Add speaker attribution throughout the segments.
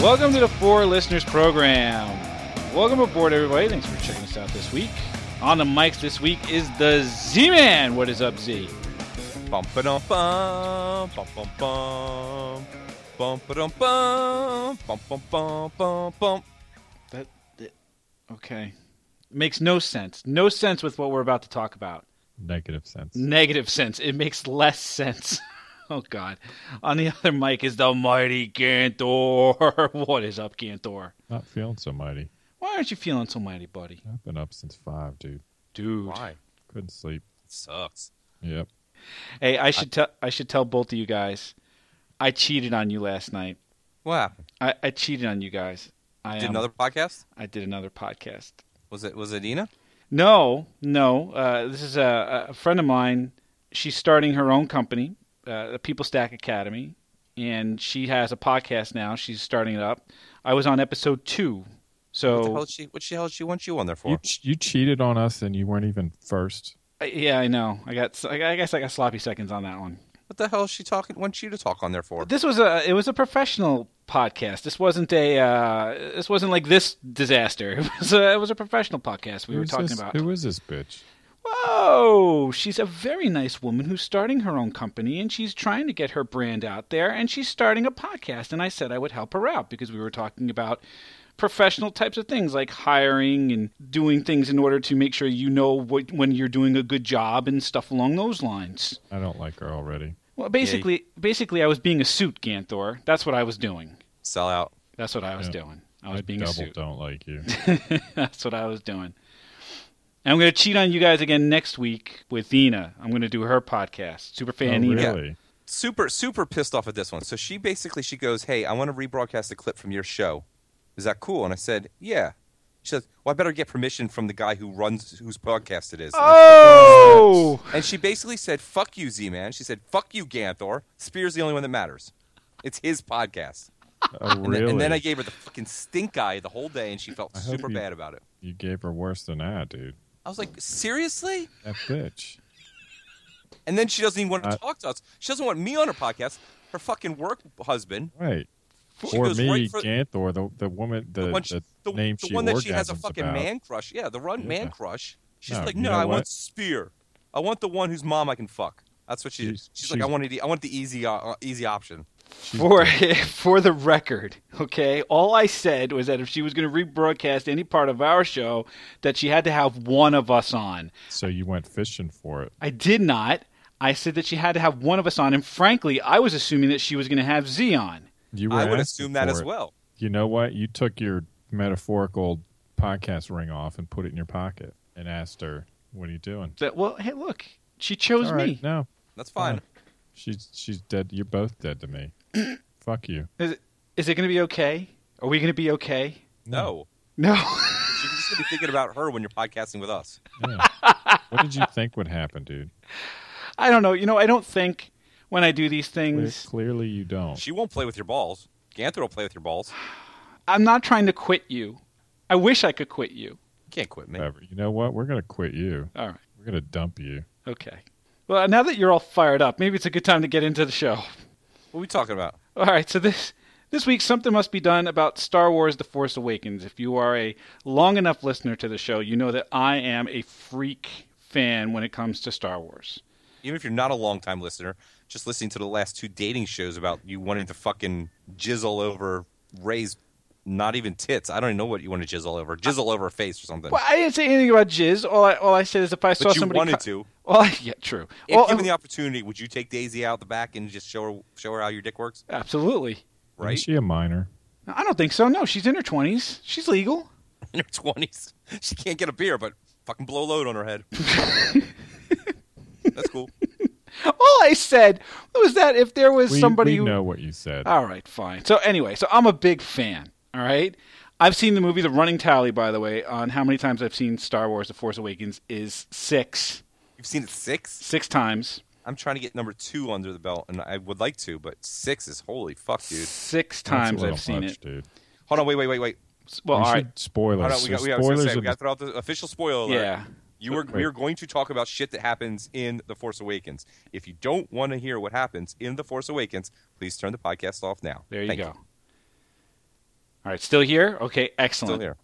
Speaker 1: Welcome to the Four Listeners Program. Welcome aboard, everybody. Thanks for checking us out this week. On the mics this week is the Z Man. What is up, Z?
Speaker 2: Bum ba bum bum bum bum bum ba-dum, bum bum bum bum bum bum.
Speaker 1: That, that okay. Makes no sense. No sense with what we're about to talk about.
Speaker 3: negative sense.
Speaker 1: Negative sense. It makes less sense. oh God. On the other mic is the mighty Cantor. what is up, Cantor?
Speaker 3: Not feeling so mighty.
Speaker 1: Why aren't you feeling so mighty, buddy?
Speaker 3: I've been up since five, dude.
Speaker 1: Dude.
Speaker 2: Why?
Speaker 3: Couldn't sleep.
Speaker 2: It sucks.
Speaker 3: Yep.
Speaker 1: Hey, I should tell I should tell both of you guys. I cheated on you last night.
Speaker 2: What happened?
Speaker 1: I, I cheated on you guys. I
Speaker 2: Did
Speaker 1: um,
Speaker 2: another podcast?
Speaker 1: I did another podcast.
Speaker 2: Was it was it Ina?
Speaker 1: No, no. Uh, this is a, a friend of mine. She's starting her own company, uh, the People Stack Academy, and she has a podcast now. She's starting it up. I was on episode two,
Speaker 2: What the hell
Speaker 1: so
Speaker 2: is she what the hell she want you on there for?
Speaker 3: You, ch- you cheated on us and you weren't even first.
Speaker 1: I, yeah, I know. I got. s- I guess I got sloppy seconds on that one.
Speaker 2: What the hell is she talking wants you to talk on there for?
Speaker 1: This was a. It was a professional podcast. This wasn't a. Uh, this wasn't like this disaster. It was a, it was a professional podcast we were
Speaker 3: Who's
Speaker 1: talking
Speaker 3: this-
Speaker 1: about.
Speaker 3: Who is this bitch?
Speaker 1: Whoa! She's a very nice woman who's starting her own company and she's trying to get her brand out there and she's starting a podcast. And I said I would help her out because we were talking about professional types of things like hiring and doing things in order to make sure you know what, when you're doing a good job and stuff along those lines.
Speaker 3: I don't like her already.
Speaker 1: Well, basically, basically, I was being a suit, Ganthor. That's what I was doing.
Speaker 2: Sell out.
Speaker 1: That's what I was
Speaker 3: Yeah.
Speaker 1: doing. I was being a
Speaker 3: double
Speaker 1: suit.
Speaker 3: don't like you. Oh,
Speaker 1: That's what I was doing. And I'm going to cheat on you guys again next week with Ina. I'm going to do her podcast, Superfan
Speaker 3: oh,
Speaker 1: Ina.
Speaker 3: really?
Speaker 2: Super super pissed off at this one. So she basically she goes, Hey, I want to rebroadcast a clip from your show. Is that cool? And I said, Yeah. She says, Well, I better get permission from the guy who runs whose podcast it is. And I said,
Speaker 1: Oh!
Speaker 2: And she basically said, "Fuck you, Z Man." She said, "Fuck you, Ganthor." Spear's the only one that matters. It's his podcast.
Speaker 3: Oh,
Speaker 2: And,
Speaker 3: really?
Speaker 2: then, and then I gave her the fucking stink eye the whole day, and she felt
Speaker 3: I hope
Speaker 2: super
Speaker 3: you-
Speaker 2: bad about it.
Speaker 3: You gave her worse than I, dude.
Speaker 2: I was like, "Seriously?"
Speaker 3: That bitch.
Speaker 2: And then she doesn't even want to
Speaker 3: I-
Speaker 2: talk to us. She doesn't want me on her podcast. Her fucking work husband.
Speaker 3: Right.
Speaker 2: She
Speaker 3: or
Speaker 2: goes
Speaker 3: me,
Speaker 2: right for-
Speaker 3: Ganthor, the, the woman, the,
Speaker 2: the
Speaker 3: the,
Speaker 2: one, she, the,
Speaker 3: name
Speaker 2: the
Speaker 3: she
Speaker 2: one that she has a
Speaker 3: orgasms
Speaker 2: fucking
Speaker 3: about.
Speaker 2: man crush. Yeah, the run man
Speaker 3: Yeah.
Speaker 2: crush. She's
Speaker 3: No,
Speaker 2: like,
Speaker 3: you
Speaker 2: "No,
Speaker 3: know
Speaker 2: I want
Speaker 3: what?
Speaker 2: Spear. I want the one whose mom I can fuck." That's what she. She's,
Speaker 3: She's-
Speaker 2: like, "I
Speaker 3: she's-
Speaker 2: want the, I want the easy, uh, easy option."
Speaker 3: She's
Speaker 1: For,
Speaker 3: dead.
Speaker 1: for the record, okay, all I said was that if she was going to rebroadcast any part of our show, that she had to have one of us on.
Speaker 3: So you went fishing for it.
Speaker 1: I did not. I said that she had to have one of us on, and frankly, I was assuming that she was going to have Z on.
Speaker 3: You were
Speaker 2: I would
Speaker 3: asking
Speaker 2: assume that
Speaker 3: for
Speaker 2: as
Speaker 3: it.
Speaker 2: well.
Speaker 3: You know what? You took your metaphorical podcast ring off and put it in your pocket and asked her, "What are you doing?"
Speaker 1: That well, hey, look, she chose
Speaker 3: All right,
Speaker 1: me.
Speaker 3: No,
Speaker 2: That's fine.
Speaker 3: Uh, she's she's dead. You're both dead to me. Fuck you.
Speaker 1: Is it, is it going to be okay? Are we going to be okay?
Speaker 2: no.
Speaker 1: No.
Speaker 2: You're just gonna be thinking about her when you're podcasting with us.
Speaker 3: Yeah. what did you think would happen, dude?
Speaker 1: I don't know. You know, I don't think when I do these
Speaker 3: Cle-
Speaker 1: things,
Speaker 3: clearly, you don't.
Speaker 2: She won't play with your balls. Ganther will play with your balls.
Speaker 1: I'm not trying to quit you. I wish I could quit you.
Speaker 2: You can't quit me.
Speaker 3: Whatever. You know what? We're gonna quit you.
Speaker 1: All right.
Speaker 3: We're gonna dump you.
Speaker 1: Okay. Well, now that you're all fired up, maybe it's a good time to get into the show.
Speaker 2: What are we talking about?
Speaker 1: All right. So this this week something must be done about Star Wars The Force Awakens. If you are a long enough listener to the show, you know that I am a freak fan when it comes to Star Wars.
Speaker 2: Even if you're not a long time listener, just listening to the last two dating shows about you wanting to fucking jizzle over Ray's not even tits. I don't even know what you want to jizzle over. Jizzle over a face or something.
Speaker 1: Well, I didn't say anything about jizz. All I, all I said is if I saw
Speaker 2: but you
Speaker 1: somebody co-
Speaker 2: wanted to.
Speaker 1: Well, yeah, true.
Speaker 2: If
Speaker 1: Well, um,
Speaker 2: given the opportunity, would you take Daisy out the back and just show her show her how your dick works?
Speaker 1: absolutely.
Speaker 2: Right?
Speaker 3: Is she a minor?
Speaker 1: No, I don't think so. No, she's in her 20s. She's legal.
Speaker 2: In her twenties. She can't get a beer, but fucking blow load on her head. That's cool.
Speaker 1: All I said was that if there was
Speaker 3: We,
Speaker 1: somebody
Speaker 3: we
Speaker 1: who
Speaker 3: know what you said.
Speaker 1: All right, fine. So anyway, so I'm a big fan, all right? I've seen the movie The Running Tally by the way on how many times I've seen Star Wars The Force Awakens is 6.
Speaker 2: You've seen it six?
Speaker 1: 6 times.
Speaker 2: I'm trying to get number two under the belt, and I would like to, but six is holy fuck, dude.
Speaker 1: 6
Speaker 3: That's a
Speaker 1: times
Speaker 3: little
Speaker 1: I've seen
Speaker 3: much,
Speaker 1: it.
Speaker 3: Dude.
Speaker 2: Hold on, wait, wait, wait, wait.
Speaker 1: S- Well,
Speaker 3: we
Speaker 1: all
Speaker 3: should
Speaker 1: right.
Speaker 3: spoilers.
Speaker 2: Hold on, we
Speaker 3: So
Speaker 2: got, we got, I was gonna
Speaker 3: spoilers
Speaker 2: say,
Speaker 3: are
Speaker 2: we got to throw out the official spoiler alert.
Speaker 1: Yeah.
Speaker 2: You were, we
Speaker 3: Wait.
Speaker 2: are going to talk about shit that happens in The Force Awakens. If you don't want to hear what happens in The Force Awakens, please turn the podcast off now.
Speaker 1: There you
Speaker 2: Thank
Speaker 1: go. All right, still here? Okay, excellent.
Speaker 2: Still here.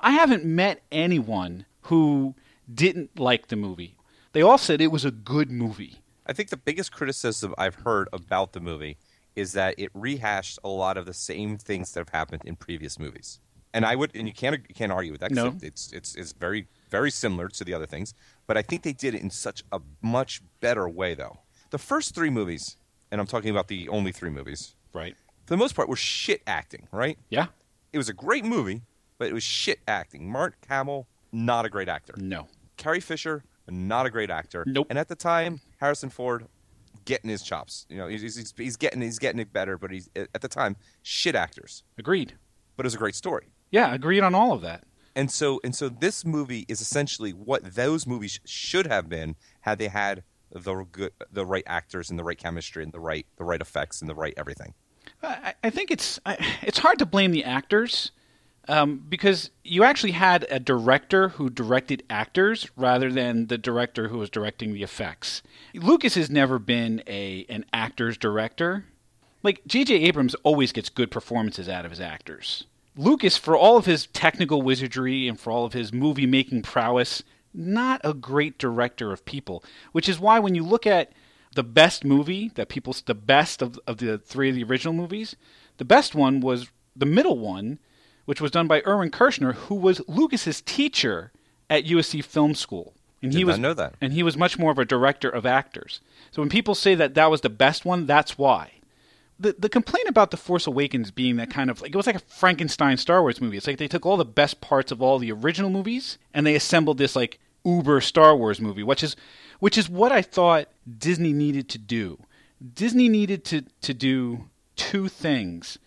Speaker 1: I haven't met anyone who didn't like the movie. They all said it was a good movie.
Speaker 2: I think the biggest criticism I've heard about the movie is that it rehashed a lot of the same things that have happened in previous movies. And I would, and you can't you can't argue with that. 'cause
Speaker 1: No.
Speaker 2: it- it's it's it's very very similar to the other things. But I think they did it in such a much better way, though. The first three movies, and I'm talking about the only three movies,
Speaker 1: Right.
Speaker 2: for the most part, were shit acting. Right?
Speaker 1: Yeah?
Speaker 2: It was a great movie, but it was shit acting. Mark Hamill, not a great actor.
Speaker 1: No.
Speaker 2: Carrie Fisher, not a great actor.
Speaker 1: Nope.
Speaker 2: And at the time, Harrison Ford getting his chops. You know, he's, he's, he's getting he's getting it better, but he's at the time shit actors.
Speaker 1: Agreed.
Speaker 2: But it's a great story.
Speaker 1: Yeah, agreed on all of that.
Speaker 2: And so and so this movie is essentially what those movies should have been had they had the good, the right actors and the right chemistry and the right the right effects and the right everything.
Speaker 1: I, I think it's I, it's hard to blame the actors um, because you actually had a director who directed actors rather than the director who was directing the effects. Lucas has never been a an actors director. Like J.J. Abrams always gets good performances out of his actors. Lucas, for all of his technical wizardry and for all of his movie making prowess, not a great director of people. Which is why when you look at the best movie that people the best of, of the three of the original movies the best one was the middle one which was done by erwin kirschner who was lucas's teacher at usc film school and
Speaker 2: Did
Speaker 1: he
Speaker 2: not
Speaker 1: was
Speaker 2: know that.
Speaker 1: and he was much more of a director of actors so when people say that that was the best one that's why the, the complaint about the Force Awakens being that kind of like it was like a Frankenstein Star Wars movie. It's like they took all the best parts of all the original movies and they assembled this like uber Star Wars movie, which is which is what I thought Disney needed to do. Disney needed to to do two things.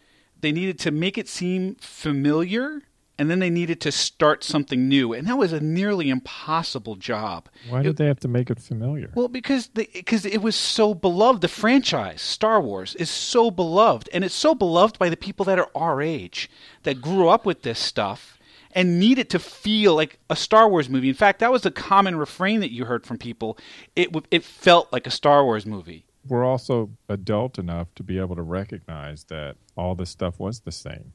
Speaker 1: They needed to make it seem familiar and then they needed to start something new. And that was a nearly impossible job.
Speaker 3: Why did they have to make it familiar?
Speaker 1: Well, because because it was so beloved. The franchise Star Wars is so beloved, and it's so beloved by the people that are our age that grew up with this stuff and need it to feel like a Star Wars movie. In fact, that was the common refrain that you heard from people. It w- it felt like a Star Wars movie.
Speaker 3: We're also adult enough to be able to recognize that all this stuff was the same.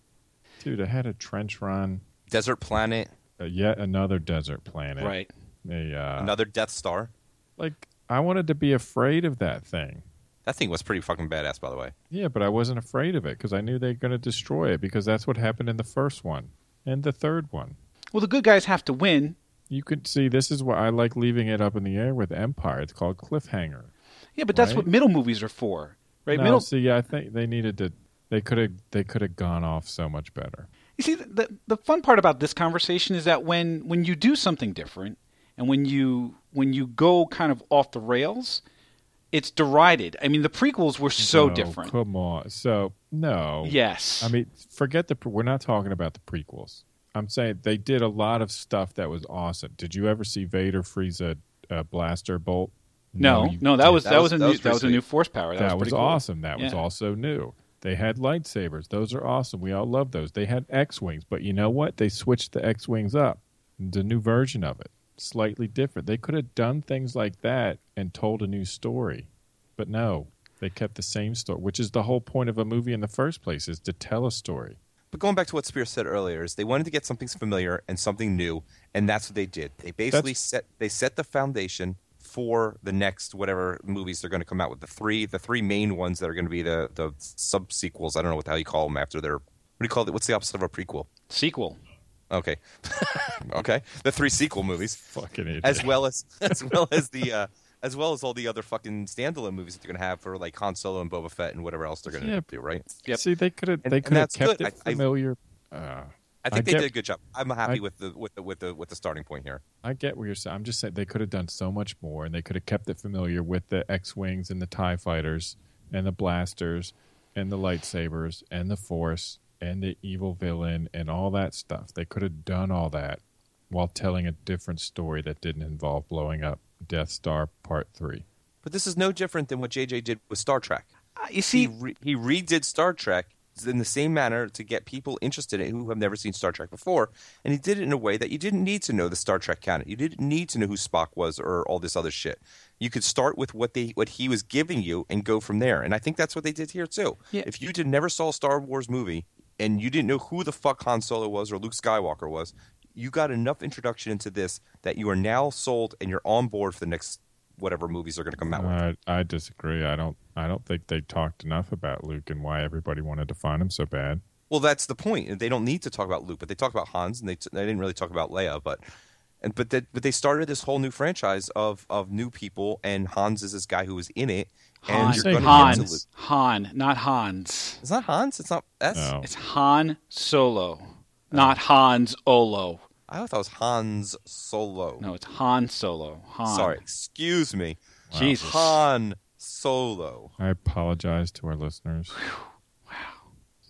Speaker 3: Dude, I had a trench run,
Speaker 2: Desert Planet,
Speaker 3: uh, yet another desert planet.
Speaker 1: Right.
Speaker 3: A, uh,
Speaker 2: another Death Star.
Speaker 3: like, I wanted to be afraid of that thing.
Speaker 2: That thing was pretty fucking badass, by the way.
Speaker 3: Yeah, but I wasn't afraid of it because I knew they were going to destroy it because that's what happened in the first one and the third one.
Speaker 1: Well, the good guys have to win.
Speaker 3: You could see this is why I like leaving it up in the air with Empire. It's called cliffhanger.
Speaker 1: Yeah, but that's
Speaker 3: Right.
Speaker 1: what middle movies are for. Right?
Speaker 3: No,
Speaker 1: middle
Speaker 3: see, I think they needed to. They could have. They could have gone off so much better.
Speaker 1: You see, the, the fun part about this conversation is that when, when you do something different and when you when you go kind of off the rails, it's derided. I mean, the prequels were so
Speaker 3: No,
Speaker 1: different.
Speaker 3: Come on. So no.
Speaker 1: Yes.
Speaker 3: I mean, forget the. pre- We're not talking about the prequels. I'm saying they did a lot of stuff that was awesome. Did you ever see Vader freeze a, a blaster bolt?
Speaker 1: no, no,
Speaker 3: you
Speaker 1: that
Speaker 3: didn't.
Speaker 1: was that, was, a new,
Speaker 2: pretty
Speaker 1: that was a
Speaker 2: sweet.
Speaker 1: new force power. That,
Speaker 3: That, was,
Speaker 1: was, pretty cool.
Speaker 3: awesome. That was
Speaker 1: Yeah.
Speaker 3: also new. They had lightsabers. Those are awesome. We all love those. They had X Wings, but you know what? They switched the X Wings up. The new version of it. Slightly different. They could have done things like that and told a new story. But no, they kept the same story, which is the whole point of a movie in the first place is to tell a story.
Speaker 2: But going back to what Spear said earlier, is they wanted to get something familiar and something new, and that's what they did. They basically
Speaker 3: That's-
Speaker 2: set they set the foundation for the next whatever movies they're going to come out with. The three the three main ones that are going to be the the sub sequels. I don't know what the hell you call them after their what do you call it? What's the opposite of a prequel?
Speaker 1: Sequel.
Speaker 2: Okay, okay, the three sequel movies,
Speaker 3: Fucking idiot.
Speaker 2: as well as as well as the. Uh, as well as all the other fucking standalone movies that they're gonna have for like Han Solo and Boba Fett and whatever else they're gonna
Speaker 3: Yeah.
Speaker 2: do, right?
Speaker 1: Yep.
Speaker 3: See, they could have
Speaker 2: And-
Speaker 3: they
Speaker 2: and
Speaker 3: could have
Speaker 2: that's
Speaker 3: kept
Speaker 2: good.
Speaker 3: it
Speaker 2: I- I-
Speaker 3: familiar. uh,
Speaker 2: I think
Speaker 3: I
Speaker 2: they
Speaker 3: get-
Speaker 2: did a good job. I'm happy
Speaker 3: I-
Speaker 2: with the with the with the with the starting point here.
Speaker 3: I get what you're saying. I'm just saying they could have done so much more, and they could have kept it familiar with the X-wings and the Tie fighters and the blasters and the lightsabers and the Force and the evil villain and all that stuff. They could have done all that while telling a different story that didn't involve blowing up Death Star Part Three.
Speaker 2: But this is no different than what JJ did with Star Trek.
Speaker 1: Uh, you
Speaker 2: He
Speaker 1: see,
Speaker 2: re- he redid Star Trek in the same manner to get people interested in it who have never seen Star Trek before, and he did it in a way that you didn't need to know the Star Trek canon. You didn't need to know who Spock was or all this other shit. You could start with what they what he was giving you and go from there. And I think that's what they did here too.
Speaker 1: Yeah.
Speaker 2: If you did never saw a Star Wars movie, and you didn't know who the fuck Han Solo was or Luke Skywalker was, you got enough introduction into this that you are now sold and you're on board for the next whatever movies are going to come out with.
Speaker 3: I, I disagree. I don't. I don't think they talked enough about Luke and why everybody wanted to find him so bad.
Speaker 2: Well, that's the point. They don't need to talk about Luke, but they talk about Hans, and they, they didn't really talk about Leia. But and but that but they started this whole new franchise of of new people, and Hans is this guy who was in it.
Speaker 1: Han,
Speaker 2: and you're
Speaker 3: Say
Speaker 2: gonna
Speaker 3: Hans.
Speaker 2: get to Luke.
Speaker 1: Han, Han, not Hans.
Speaker 2: It's not Hans. It's not. That's.
Speaker 3: No.
Speaker 1: It's Han Solo, not Hans Olo.
Speaker 2: I thought it was Hans Solo.
Speaker 1: No, it's Han Solo. Han.
Speaker 2: Sorry, excuse me.
Speaker 3: Wow.
Speaker 1: Jesus.
Speaker 2: Han Solo.
Speaker 3: I apologize to our listeners.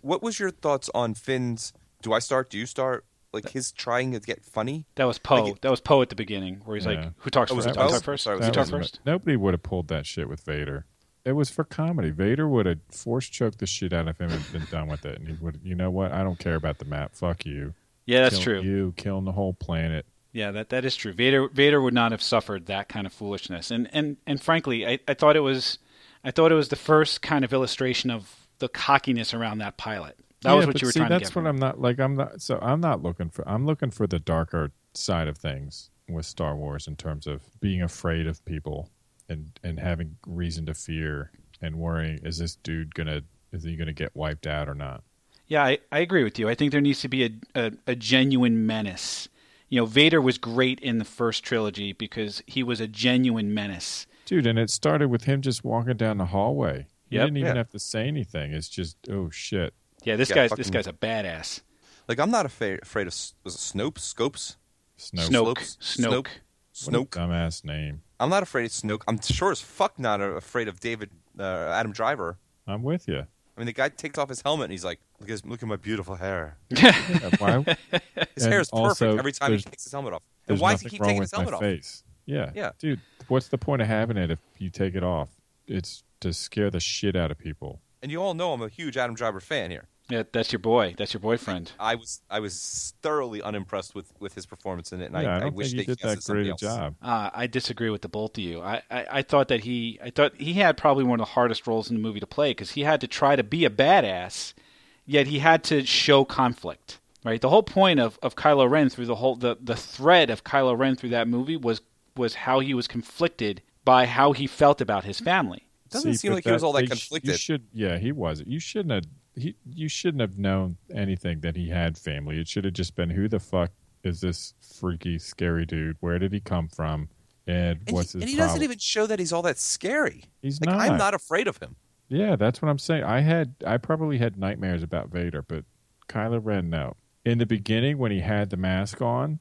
Speaker 2: What was your thoughts on Finn's? Do I start? Do you start? Like his trying to get funny.
Speaker 1: That was Poe.
Speaker 2: Like it-
Speaker 1: that was Poe at the beginning, where he's
Speaker 3: Yeah.
Speaker 1: like, "Who talks
Speaker 2: Oh, was
Speaker 1: first?
Speaker 3: it
Speaker 1: I
Speaker 3: Poe?
Speaker 1: talk first.
Speaker 2: Sorry,
Speaker 1: You
Speaker 2: was it
Speaker 1: talk
Speaker 3: That
Speaker 2: Poe?
Speaker 3: was-
Speaker 1: first.
Speaker 3: Nobody would have pulled that shit with Vader. It was for comedy. Vader would have force choked the shit out of him and been done with it. And he would, you know what? I don't care about the map. Fuck you.
Speaker 1: Yeah, that's
Speaker 3: Kill
Speaker 1: true.
Speaker 3: You killing the whole planet.
Speaker 1: Yeah, that, that is true. Vader Vader would not have suffered that kind of foolishness. And and and frankly, I, I thought it was I thought it was the first kind of illustration of the cockiness around that pilot. That was
Speaker 3: Yeah,
Speaker 1: what
Speaker 3: but
Speaker 1: you were
Speaker 3: see,
Speaker 1: trying
Speaker 3: That's
Speaker 1: to get.
Speaker 3: what
Speaker 1: from.
Speaker 3: I'm not like. I'm not. So I'm not looking for. I'm looking for the darker side of things with Star Wars in terms of being afraid of people and and having reason to fear and worrying. Is this dude gonna? Is he gonna get wiped out or not?
Speaker 1: Yeah, I, I agree with you. I think there needs to be a, a, a genuine menace. You know, Vader was great in the first trilogy because he was a genuine menace.
Speaker 3: Dude, and it started with him just walking down the hallway. He
Speaker 1: Yep.
Speaker 3: didn't even
Speaker 2: Yeah.
Speaker 3: have to say anything. It's just, oh shit.
Speaker 1: Yeah, this
Speaker 2: Yeah,
Speaker 1: guy's this
Speaker 2: fucking-
Speaker 1: guy's a badass.
Speaker 2: Like I'm not afraid, afraid of S- was it Snope, Scopes,
Speaker 3: Snoke.
Speaker 1: Snoke,
Speaker 2: Slopes.
Speaker 1: Snoke.
Speaker 2: Snoke. Snoke.
Speaker 3: Dumbass name.
Speaker 2: I'm not afraid of Snoke. I'm sure as fuck not a- afraid of David uh, Adam Driver.
Speaker 3: I'm with you.
Speaker 2: I mean, the guy takes off his helmet and he's like, "Look at look at my beautiful hair.
Speaker 3: Why?
Speaker 2: His
Speaker 3: And
Speaker 2: hair is
Speaker 3: also,
Speaker 2: perfect every time he
Speaker 3: there's-
Speaker 2: takes his helmet off. And
Speaker 3: There's
Speaker 2: why does he
Speaker 3: nothing
Speaker 2: keep
Speaker 3: wrong
Speaker 2: taking
Speaker 3: with
Speaker 2: his helmet
Speaker 3: my
Speaker 2: off?
Speaker 3: face. Yeah.
Speaker 2: Yeah.
Speaker 3: Dude, what's the point of having it if you take it off? It's to scare the shit out of people.
Speaker 2: And you all know I'm a huge Adam Driver fan here.
Speaker 1: Yeah, that's your boy. That's your boyfriend.
Speaker 2: I was I was thoroughly unimpressed with, with his performance in it, and
Speaker 3: yeah, I,
Speaker 2: I,
Speaker 3: don't
Speaker 2: I wish
Speaker 3: think
Speaker 2: they
Speaker 3: you did
Speaker 2: cast
Speaker 3: that
Speaker 2: it somebody
Speaker 3: great a
Speaker 2: else.
Speaker 3: job.
Speaker 1: Uh, I disagree with the both of you. I, I, I thought that he I thought he had probably one of the hardest roles in the movie to play because he had to try to be a badass, yet he had to show conflict. Right. The whole point of, of Kylo Ren through the whole the, the thread of Kylo Ren through that movie was was how he was conflicted by how he felt about his family.
Speaker 2: Doesn't
Speaker 3: See,
Speaker 2: seem
Speaker 3: but
Speaker 2: like he was all that
Speaker 3: they sh- You
Speaker 2: conflicted.
Speaker 3: should, yeah, he was. You shouldn't have. He, you shouldn't have known anything that he had family. It should have just been who the fuck is this freaky, scary dude? Where did he come from? And,
Speaker 2: And
Speaker 3: what's
Speaker 2: he,
Speaker 3: his
Speaker 2: and he
Speaker 3: problem?
Speaker 2: doesn't even show that he's all that scary.
Speaker 3: He's
Speaker 2: Like
Speaker 3: not.
Speaker 2: I'm not afraid of him.
Speaker 3: Yeah, that's what I'm saying. I had, I probably had nightmares about Vader, but Kylo Ren, no. In the beginning, when he had the mask on,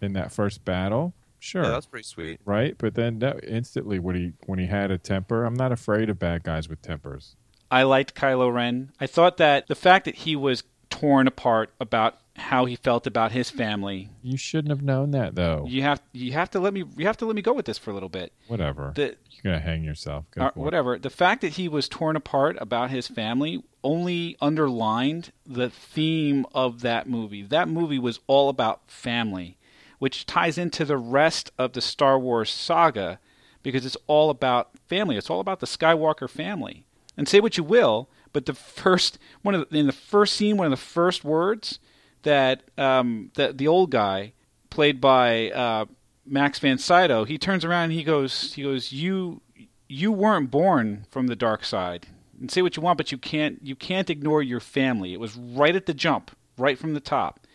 Speaker 3: in that first battle, sure,
Speaker 2: Yeah, that's pretty sweet.
Speaker 3: right. But then, no, instantly when he when he had a temper, I'm not afraid of bad guys with tempers.
Speaker 1: I liked Kylo Ren. I thought that the fact that he was torn apart about how he felt about his family.
Speaker 3: You shouldn't have known that though.
Speaker 1: You have you have to let me you have to let me go with this for a little bit.
Speaker 3: Whatever.
Speaker 1: The
Speaker 3: You're gonna hang yourself.
Speaker 1: or
Speaker 3: Go for it.
Speaker 1: Uh, whatever. The fact that he was torn apart about his family only underlined the theme of that movie. That movie was all about family, which ties into the rest of the Star Wars saga because it's all about family. It's all about the Skywalker family. And say what you will, but the first one of the, in the first scene, one of the first words that um, that the old guy played by uh, Max Van Sydow, he turns around and he goes, he goes, you you weren't born from the dark side. And say what you want, but you can't you can't ignore your family. It was right at the jump, right from the top.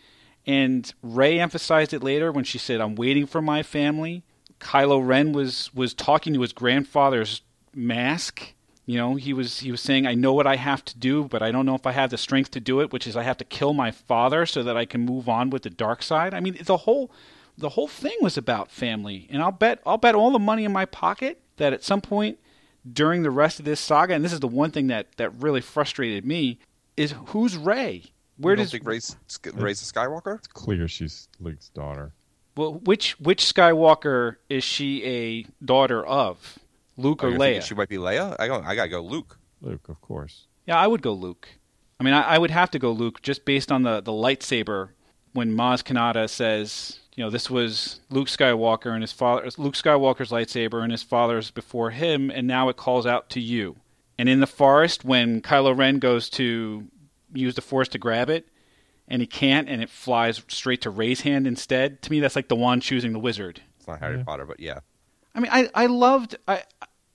Speaker 1: And Ray emphasized it later when she said, "I'm waiting for my family." Kylo Ren was was talking to his grandfather's mask. You know, he was he was saying, "I know what I have to do, but I don't know if I have the strength to do it, which is I have to kill my father so that I can move on with the dark side." I mean, the whole the whole thing was about family. And I'll bet I'll bet all the money in my pocket that at some point during the rest of this saga, and this is the one thing that that really frustrated me, is who's Ray? Where
Speaker 2: You don't
Speaker 1: does
Speaker 2: think Ray's, Ray's a Skywalker?
Speaker 3: Clear, she's Luke's daughter.
Speaker 1: Well, which which Skywalker is she a daughter of? Luke
Speaker 2: Oh,
Speaker 1: or
Speaker 2: you're thinking
Speaker 1: Leia?
Speaker 2: She might be Leia. I go. I gotta go. Luke.
Speaker 3: Luke, of course.
Speaker 1: Yeah, I would go Luke. I mean, I, I would have to go Luke just based on the the lightsaber when Maz Kanata says, you know, this was Luke Skywalker and his father, Luke Skywalker's lightsaber and his father's before him, and now it calls out to you. And in the forest, when Kylo Ren goes to use the force to grab it, and he can't, and it flies straight to Ray's hand instead. To me, that's like the wand choosing the wizard.
Speaker 2: It's not Harry
Speaker 3: Yeah.
Speaker 2: Potter, but yeah.
Speaker 1: I mean, I, I loved I,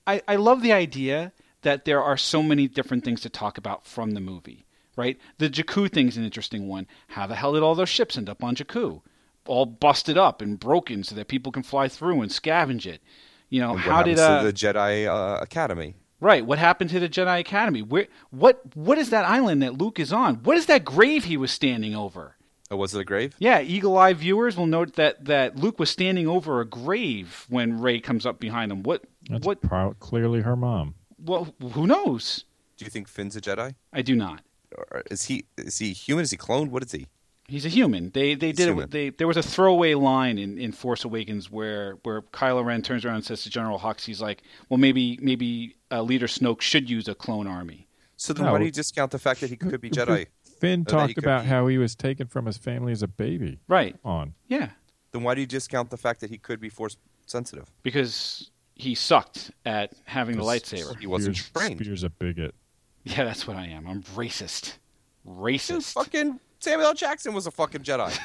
Speaker 1: I I love the idea that there are so many different things to talk about from the movie, right? The Jakku thing's an interesting one. How the hell did all those ships end up on Jakku, all busted up and broken, so that people can fly through and scavenge it? You know,
Speaker 2: And what
Speaker 1: how did
Speaker 2: happens
Speaker 1: uh,
Speaker 2: to the Jedi uh, Academy?
Speaker 1: right? What happened to the Jedi Academy? Where what what is that island that Luke is on? What is that grave he was standing over?
Speaker 2: Oh, was it a grave?
Speaker 1: Yeah, eagle eye viewers will note that, that Luke was standing over a grave when Ray comes up behind him. What
Speaker 3: That's
Speaker 1: what
Speaker 3: pro- clearly her mom.
Speaker 1: Well, who knows?
Speaker 2: Do you think Finn's a Jedi?
Speaker 1: I do not.
Speaker 2: Or is he is he human? Is he cloned? What is he?
Speaker 1: He's a human. They they
Speaker 2: He's
Speaker 1: did
Speaker 2: human.
Speaker 1: it. They there was a throwaway line in, in Force Awakens where where Kylo Ren turns around and says to General Hux, he's like, well, maybe maybe uh, Leader Snoke should use a clone army.
Speaker 2: So then
Speaker 3: No.
Speaker 2: why do you discount the fact that he could be Jedi?
Speaker 3: Finn
Speaker 2: that you
Speaker 3: talked
Speaker 2: could
Speaker 3: about
Speaker 2: be-
Speaker 3: how he was taken from his family as a baby.
Speaker 1: Right.
Speaker 3: Come on.
Speaker 1: Yeah.
Speaker 2: then why do you discount the fact that he could be force sensitive?
Speaker 1: Because he sucked at having the lightsaber.
Speaker 2: He wasn't
Speaker 3: Spears-
Speaker 2: trained.
Speaker 3: Spears a bigot.
Speaker 1: Yeah, that's what I am. I'm racist. Racist.
Speaker 2: Fucking Samuel L. Jackson was a fucking Jedi.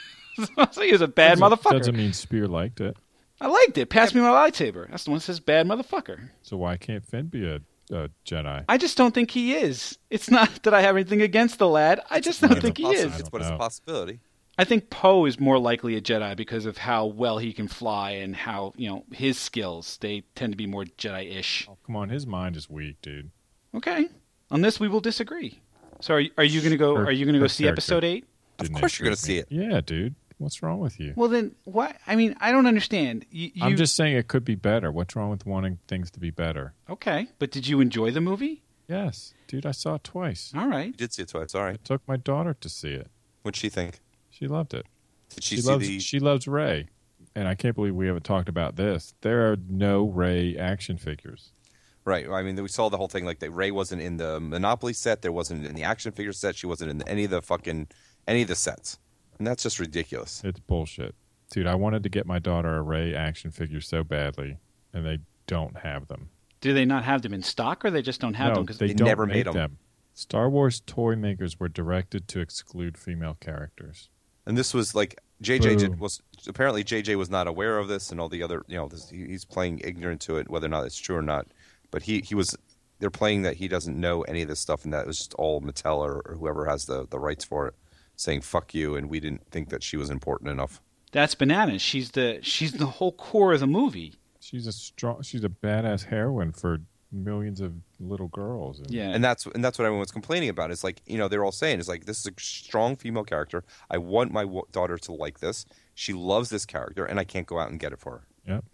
Speaker 1: so he's a bad
Speaker 3: Doesn't-
Speaker 1: motherfucker.
Speaker 3: Doesn't mean Spear liked it.
Speaker 1: I liked it. Pass me my lightsaber. That's the one that says bad motherfucker.
Speaker 3: So why can't Finn be a, a Jedi?
Speaker 1: I just don't think he is. It's not that I have anything against the lad. I just don't
Speaker 3: not
Speaker 1: think he
Speaker 2: Possi-
Speaker 1: is.
Speaker 2: It's what is
Speaker 3: I
Speaker 2: a
Speaker 3: don't
Speaker 2: possibility.
Speaker 1: I think Poe is more likely a Jedi because of how well he can fly and how you know his skills. They tend to be more Jedi-ish.
Speaker 3: Oh, come on, his mind is weak, dude.
Speaker 1: Okay, on this we will disagree. So are, you- are you going to go?
Speaker 3: Her-
Speaker 1: Are you going to go
Speaker 3: her
Speaker 1: see
Speaker 3: character.
Speaker 1: Episode Eight?
Speaker 3: Didn't
Speaker 2: course you're gonna
Speaker 3: intrigue me. Yeah, dude. What's wrong with you?
Speaker 1: Well, then why? I mean, I don't understand. You, you,
Speaker 3: I'm just saying it could be better. What's wrong with wanting things to be better?
Speaker 1: okay. But did you enjoy the movie?
Speaker 3: Yes, dude. I saw it twice.
Speaker 1: All right.
Speaker 2: You did see it twice. All
Speaker 3: I
Speaker 2: right.
Speaker 3: took my daughter to see it.
Speaker 2: What'd she think?
Speaker 3: She loved it.
Speaker 2: Did she,
Speaker 3: she
Speaker 2: see
Speaker 3: loves
Speaker 2: the?
Speaker 3: she loves Ray, and I can't believe we haven't talked about this. There are no Ray action figures.
Speaker 2: Right. I mean, we saw the whole thing. Like, that Ray wasn't in the Monopoly set. There wasn't in the action figure set. She wasn't in any of the fucking any of the sets. And that's just ridiculous.
Speaker 3: It's bullshit, dude. I wanted to get my daughter a Ray action figure so badly, and they don't have them.
Speaker 1: Do they not have them in stock, or they just don't have
Speaker 3: no,
Speaker 1: them? 'cause-
Speaker 3: they,
Speaker 2: they
Speaker 3: don't
Speaker 2: never
Speaker 3: make
Speaker 2: made 'em.
Speaker 3: Star Wars toy makers were directed to exclude female characters.
Speaker 2: And this was like JJ
Speaker 3: Boo.
Speaker 2: did, was apparently JJ was not aware of this, and all the other you know this, he- he's playing ignorant to it, whether or not it's true or not. But he he was they're playing that he doesn't know any of this stuff, and that it was just all Mattel or, or whoever has the the rights for it saying fuck you, and we didn't think that she was important enough.
Speaker 1: That's bananas. She's the she's the whole core of the movie.
Speaker 3: She's a strong. She's a badass heroine for millions of little girls. And
Speaker 1: Yeah.
Speaker 2: And that's and that's what everyone was complaining about. It's like you know they're all saying it's like this is a strong female character. I want my w- daughter to like this. She loves this character, and I can't go out and get it for her.
Speaker 3: Yep.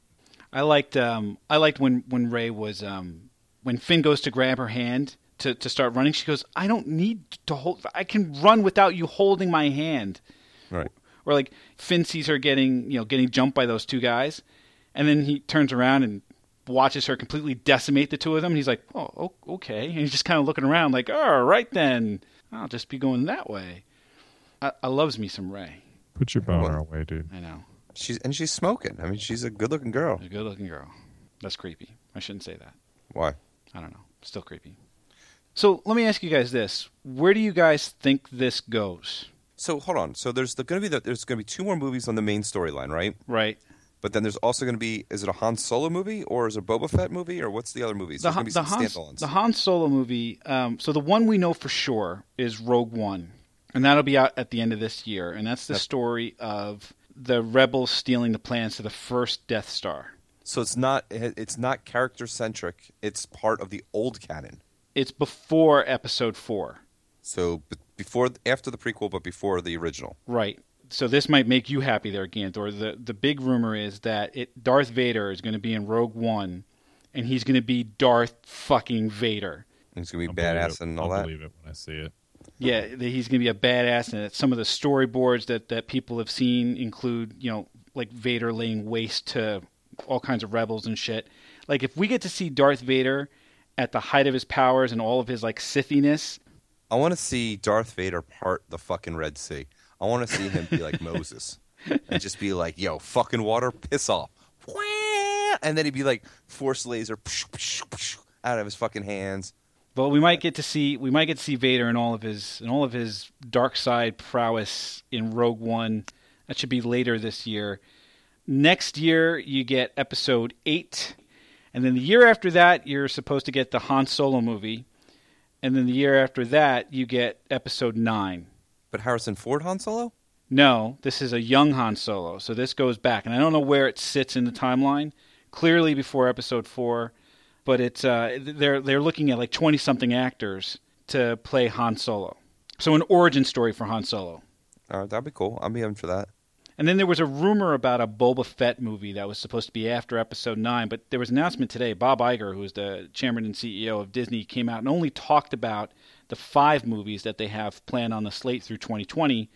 Speaker 1: I liked um, I liked when when Ray was um, when Finn goes to grab her hand to, to start running. She goes, "I don't need to hold. I can run without you holding my hand."
Speaker 2: Right.
Speaker 1: Or like Finn sees her getting you know getting jumped by those two guys, and then he turns around and watches her completely decimate the two of them. And he's like, "Oh, o- okay," and he's just kind of looking around like, "All right then, I'll just be going that way." I, I loves me some Ray.
Speaker 3: Put your boner away, dude.
Speaker 1: I know
Speaker 2: She's and she's smoking. I mean, she's a good looking girl.
Speaker 1: she's a good looking girl. That's creepy. I shouldn't say that.
Speaker 2: Why?
Speaker 1: I don't know. Still creepy. So let me ask you guys this: Where do you guys think this goes?
Speaker 2: So hold on. So there's the, going to be the, there's going to be two more movies on the main storyline, right?
Speaker 1: Right.
Speaker 2: But then there's also going to be is it a Han Solo movie or is it a Boba Fett movie or what's the other movie? So
Speaker 1: The, Han,
Speaker 2: there's going to
Speaker 1: the,
Speaker 2: be some
Speaker 1: Han,
Speaker 2: standalones.
Speaker 1: the Han Solo movie. Um, so the one we know for sure is Rogue One, and that'll be out at the end of this year. And that's the story of the rebels stealing the plans to the first Death Star.
Speaker 2: so it's not it- it's not character centric. It's part of the old canon.
Speaker 1: It's before Episode Four.
Speaker 2: So b- before after the prequel, but before the original.
Speaker 1: Right. So this might make you happy there, Ganthor. The the big rumor is that it Darth Vader is going to be in Rogue One, and he's going to be Darth fucking Vader.
Speaker 2: And it's going to
Speaker 3: I'll
Speaker 2: be
Speaker 3: believe
Speaker 2: badass
Speaker 3: it.
Speaker 2: and all
Speaker 3: I'll
Speaker 2: that.
Speaker 3: believe it when I see it.
Speaker 1: Yeah, that he's going to be a badass, and that some of the storyboards that that people have seen include you know like Vader laying waste to all kinds of rebels and shit. Like if we get to see Darth Vader at the height of his powers and all of his like Sithiness,
Speaker 2: I want to see Darth Vader part the fucking Red Sea. I want to see him be like Moses and just be like, "Yo, fucking water, piss off!" And then he'd be like, force laser psh, psh, psh, out of his fucking hands.
Speaker 1: But we might get to see we might get to see Vader in all of his in all of his dark side prowess in Rogue One. That should be later this year. Next year you get Episode Eight, and then the year after that you're supposed to get the Han Solo movie, and then the year after that you get Episode Nine.
Speaker 2: But Harrison Ford Han Solo?
Speaker 1: No, this is a young Han Solo, so this goes back, and I don't know where it sits in the timeline. Clearly before Episode Four, but it's uh, they're they're looking at like twenty something actors to play Han Solo. So an origin story for Han Solo.
Speaker 2: All right, Uh, that'd be cool. I'll be in for that.
Speaker 1: And then there was a rumor about a Boba Fett movie that was supposed to be after Episode Nine, but there was an announcement today. Bob Iger, who is the chairman and CEO of Disney, came out and only talked about the five movies that they have planned on the slate through 2020.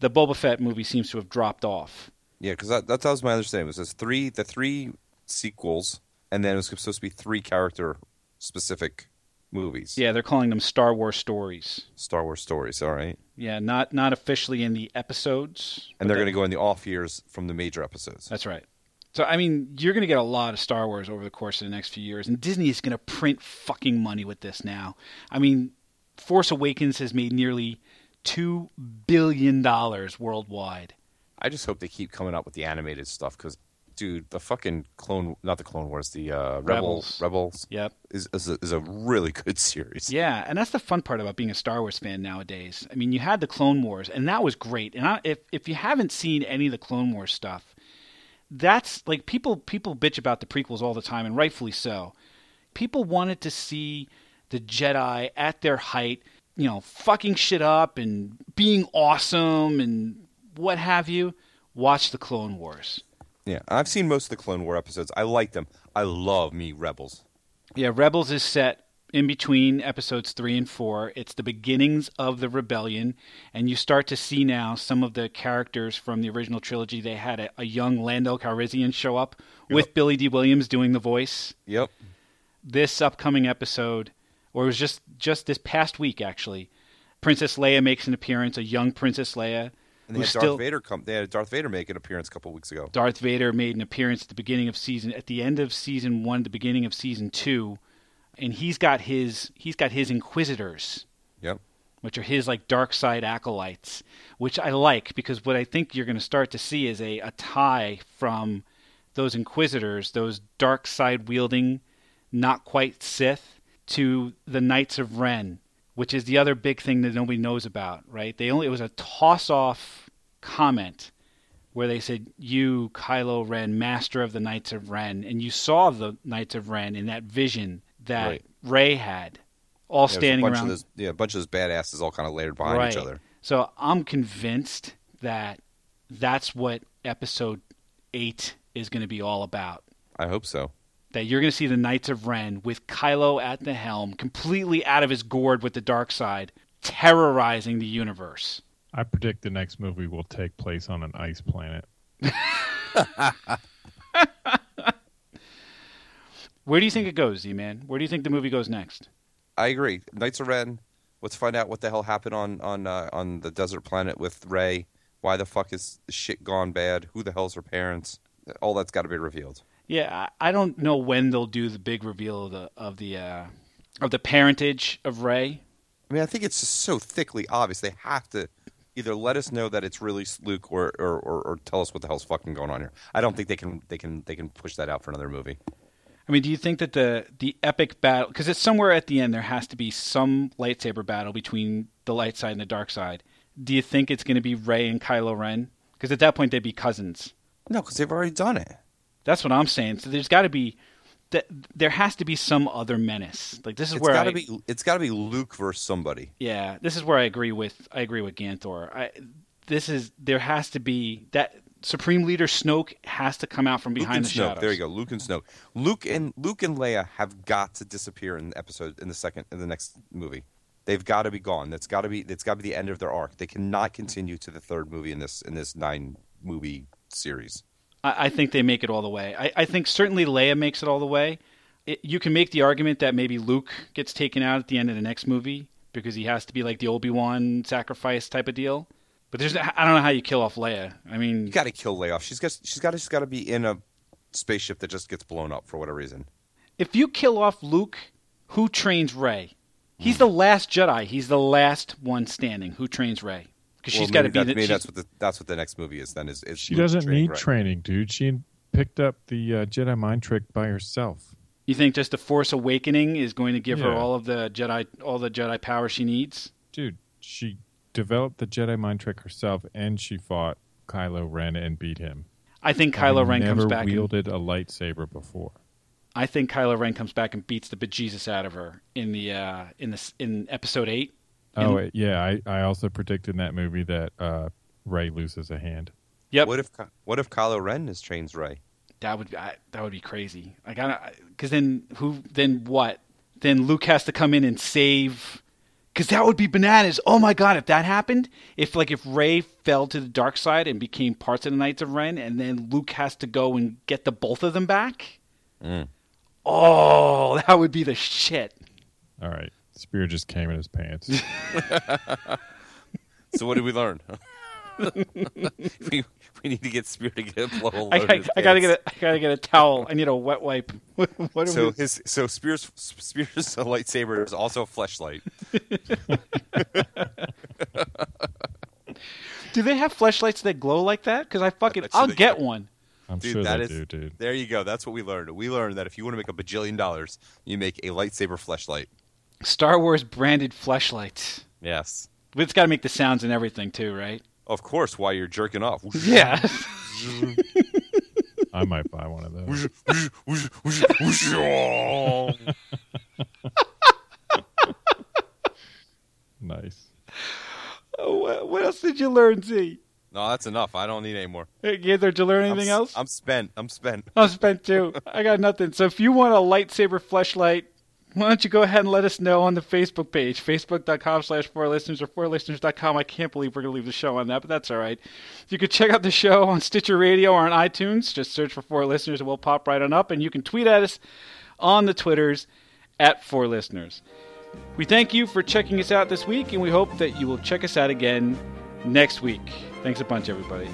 Speaker 1: The Boba Fett movie seems to have dropped off.
Speaker 2: Yeah, because that, that was my understanding. It was this three, the three sequels, and then it was supposed to be three character specific movies.
Speaker 1: Yeah, they're calling them Star Wars stories.
Speaker 2: Star Wars stories. All right,
Speaker 1: Yeah, not not officially in the episodes.
Speaker 2: and
Speaker 1: but
Speaker 2: they're
Speaker 1: that-
Speaker 2: going to go in the off years from the major episodes.
Speaker 1: That's right. So I mean, you're going to get a lot of Star Wars over the course of the next few years, and Disney is going to print fucking money with this now. I mean, Force Awakens has made nearly two billion dollars worldwide.
Speaker 2: I just hope they keep coming up with the animated stuff because, dude, the fucking clone, not the Clone Wars, the uh,
Speaker 1: Rebels.
Speaker 2: Rebels, Rebels
Speaker 1: Yep.
Speaker 2: is is a, is a really good series.
Speaker 1: Yeah, and that's the fun part about being a Star Wars fan nowadays. I mean, you had the Clone Wars, and that was great. And I, if if you haven't seen any of the Clone Wars stuff, that's like people people bitch about the prequels all the time, and rightfully so. People wanted to see the Jedi at their height, you know, fucking shit up and being awesome and what have you. Watch the Clone Wars.
Speaker 2: Yeah, I've seen most of the Clone War episodes. I like them. I love me Rebels.
Speaker 1: Yeah, Rebels is set in between episodes three and four. It's the beginnings of the rebellion, and you start to see now some of the characters from the original trilogy. They had a, a young Lando Calrissian show up with Billy D. Williams doing the voice.
Speaker 2: Yep.
Speaker 1: This upcoming episode, or it was just just this past week actually, Princess Leia makes an appearance. A young Princess Leia.
Speaker 2: And they
Speaker 1: who's
Speaker 2: had Darth
Speaker 1: still,
Speaker 2: Vader come. They had Darth Vader make an appearance a couple weeks ago.
Speaker 1: Darth Vader made an appearance at the beginning of season at the end of season 1 the beginning of season 2 and he's got his he's got his inquisitors
Speaker 2: Yep.
Speaker 1: which are his like dark side acolytes which I like because what I think you're going to start to see is a, a tie from those inquisitors those dark side wielding not quite Sith to the Knights of Ren which is the other big thing that nobody knows about right they only it was a toss off comment where they said, "You, Kylo Ren, master of the Knights of Ren," and you saw the Knights of Ren in that vision that
Speaker 2: Right.
Speaker 1: Ray had, all
Speaker 2: Yeah, there's
Speaker 1: standing
Speaker 2: a bunch
Speaker 1: around.
Speaker 2: Of those, yeah, a bunch of those badasses all kind of layered behind
Speaker 1: Right.
Speaker 2: each other.
Speaker 1: So I'm convinced that that's what Episode Eight is going to be all about.
Speaker 2: I hope so.
Speaker 1: That you're going to see the Knights of Ren with Kylo at the helm, completely out of his gourd with the dark side, terrorizing the universe.
Speaker 3: I predict the next movie will take place on an ice planet.
Speaker 1: Where do you think it goes, Z Man? Where do you think the movie goes next?
Speaker 2: I agree. Knights of Ren. Let's find out what the hell happened on on uh, on the desert planet with Ray. Why the fuck is shit gone bad? Who the hell's her parents? All that's got to be revealed.
Speaker 1: Yeah, I I don't know when they'll do the big reveal of the of the uh, of the parentage of Ray.
Speaker 2: I mean, I think it's just so thickly obvious. They have to either let us know that it's really Luke, or or, or, or tell us what the hell's fucking going on here. I don't think they can they can they can push that out for another movie.
Speaker 1: I mean, do you think that the the epic battle because it's somewhere at the end there has to be some lightsaber battle between the light side and the dark side. Do you think it's going to be Ray and Kylo Ren? Because at that point they'd be cousins.
Speaker 2: No, because they've already done it.
Speaker 1: That's what I'm saying. So there's got to be that there has to be some other menace. Like this is
Speaker 2: It's
Speaker 1: where
Speaker 2: got to
Speaker 1: I-
Speaker 2: be it's got to be Luke versus somebody.
Speaker 1: Yeah, this is where I agree with I agree with Ganthor. I this is there has to be that Supreme Leader Snoke has to come out from behind
Speaker 2: Luke and
Speaker 1: the
Speaker 2: Snoke.
Speaker 1: shadows.
Speaker 2: There you go. Luke and Snoke. Luke and Luke and Leia have got to disappear in the episode in the second in the next movie. They've got to be gone. That's got to be that's got to be the end of their arc. They cannot continue to the third movie in this in this nine movie series.
Speaker 1: I, I think they make it all the way. I, I think certainly Leia makes it all the way. It, you can make the argument that maybe Luke gets taken out at the end of the next movie because he has to be like the Obi Wan sacrifice type of deal. But there's I don't know how you kill off Leia. I mean,
Speaker 2: You got to kill Leia off. She's got she's got to she's got to be in a spaceship that just gets blown up for whatever reason.
Speaker 1: if you kill off Luke, Who trains Ray? He's the last Jedi. He's the last one standing. Who trains Ray? Because she's got
Speaker 2: Well,
Speaker 1: to
Speaker 2: maybe
Speaker 1: be
Speaker 2: that-
Speaker 1: the.
Speaker 2: Maybe
Speaker 1: she's-
Speaker 2: that's what the that's what the next movie is. Then is, is
Speaker 3: She
Speaker 2: Luke
Speaker 3: doesn't
Speaker 2: training
Speaker 3: need
Speaker 2: Rey.
Speaker 3: training, dude. She picked up the uh, Jedi mind trick by herself.
Speaker 1: You think just the Force Awakening is going to give her
Speaker 3: Yeah.
Speaker 1: all of the Jedi, all the Jedi power she needs?
Speaker 3: Dude, she developed the Jedi mind trick herself, and she fought Kylo Ren and beat him.
Speaker 1: I think Kylo
Speaker 3: Having
Speaker 1: Ren comes
Speaker 3: never
Speaker 1: back. And,
Speaker 3: wielded a lightsaber before.
Speaker 1: I think Kylo Ren comes back and beats the bejesus out of her in the uh, in the s- in Episode Eight.
Speaker 3: Oh
Speaker 1: And-
Speaker 3: yeah, I, I also predict in that movie that uh, Ray loses a hand.
Speaker 1: Yep,
Speaker 2: What if Ky- what if Kylo Ren is trains Ray?
Speaker 1: that would I, that would be crazy. Like I because then who then what? Then Luke has to come in and save. Because that would be bananas. Oh my god, if that happened, if like if Ray fell to the dark side and became parts of the Knights of Ren, and then Luke has to go and get the both of them back.
Speaker 2: Mm.
Speaker 1: Oh, that would be the shit.
Speaker 3: All right, Spear just came in his pants.
Speaker 2: So what did we learn? we, we need to get Spear to get a blow. a
Speaker 1: I,
Speaker 2: load
Speaker 1: I,
Speaker 2: in his
Speaker 1: I gotta
Speaker 2: pants.
Speaker 1: get a, I gotta get a towel. I need a wet wipe. what are
Speaker 2: So
Speaker 1: we-
Speaker 2: his so Spear's Spear's lightsaber is also a fleshlight.
Speaker 1: do they have flashlights that glow like that? Because I fucking
Speaker 2: bet you
Speaker 1: I'll
Speaker 2: they
Speaker 1: get
Speaker 2: do.
Speaker 1: one.
Speaker 3: I'm
Speaker 2: Dude,
Speaker 3: sure
Speaker 2: that
Speaker 3: they
Speaker 2: is-
Speaker 3: do, dude.
Speaker 2: There you go. That's what we learned. We learned that if you want to make a bajillion dollars, you make a lightsaber fleshlight.
Speaker 1: Star Wars branded flashlights.
Speaker 2: Yes.
Speaker 1: But it's got to make the sounds and everything too, right?
Speaker 2: Of course, while you're jerking off.
Speaker 1: Yeah.
Speaker 3: I might buy one of those. Nice.
Speaker 1: what, what else did you learn, Z?
Speaker 2: no, that's enough. I don't need any more.
Speaker 1: Either did you learn anything
Speaker 2: I'm, s-
Speaker 1: else?
Speaker 2: I'm spent. I'm spent.
Speaker 1: I'm spent too. I got nothing. So if you want a lightsaber flashlight, why don't you go ahead and let us know on the Facebook page, facebook.com slash four listeners or fourlisteners.com. I can't believe we're going to leave the show on that, but that's all right. You can check out the show on Stitcher Radio or on iTunes. Just search for Four Listeners and we'll pop right on up. And you can tweet at us on the Twitters at Four Listeners. We thank you for checking us out this week, and we hope that you will check us out again next week. Thanks a bunch, everybody.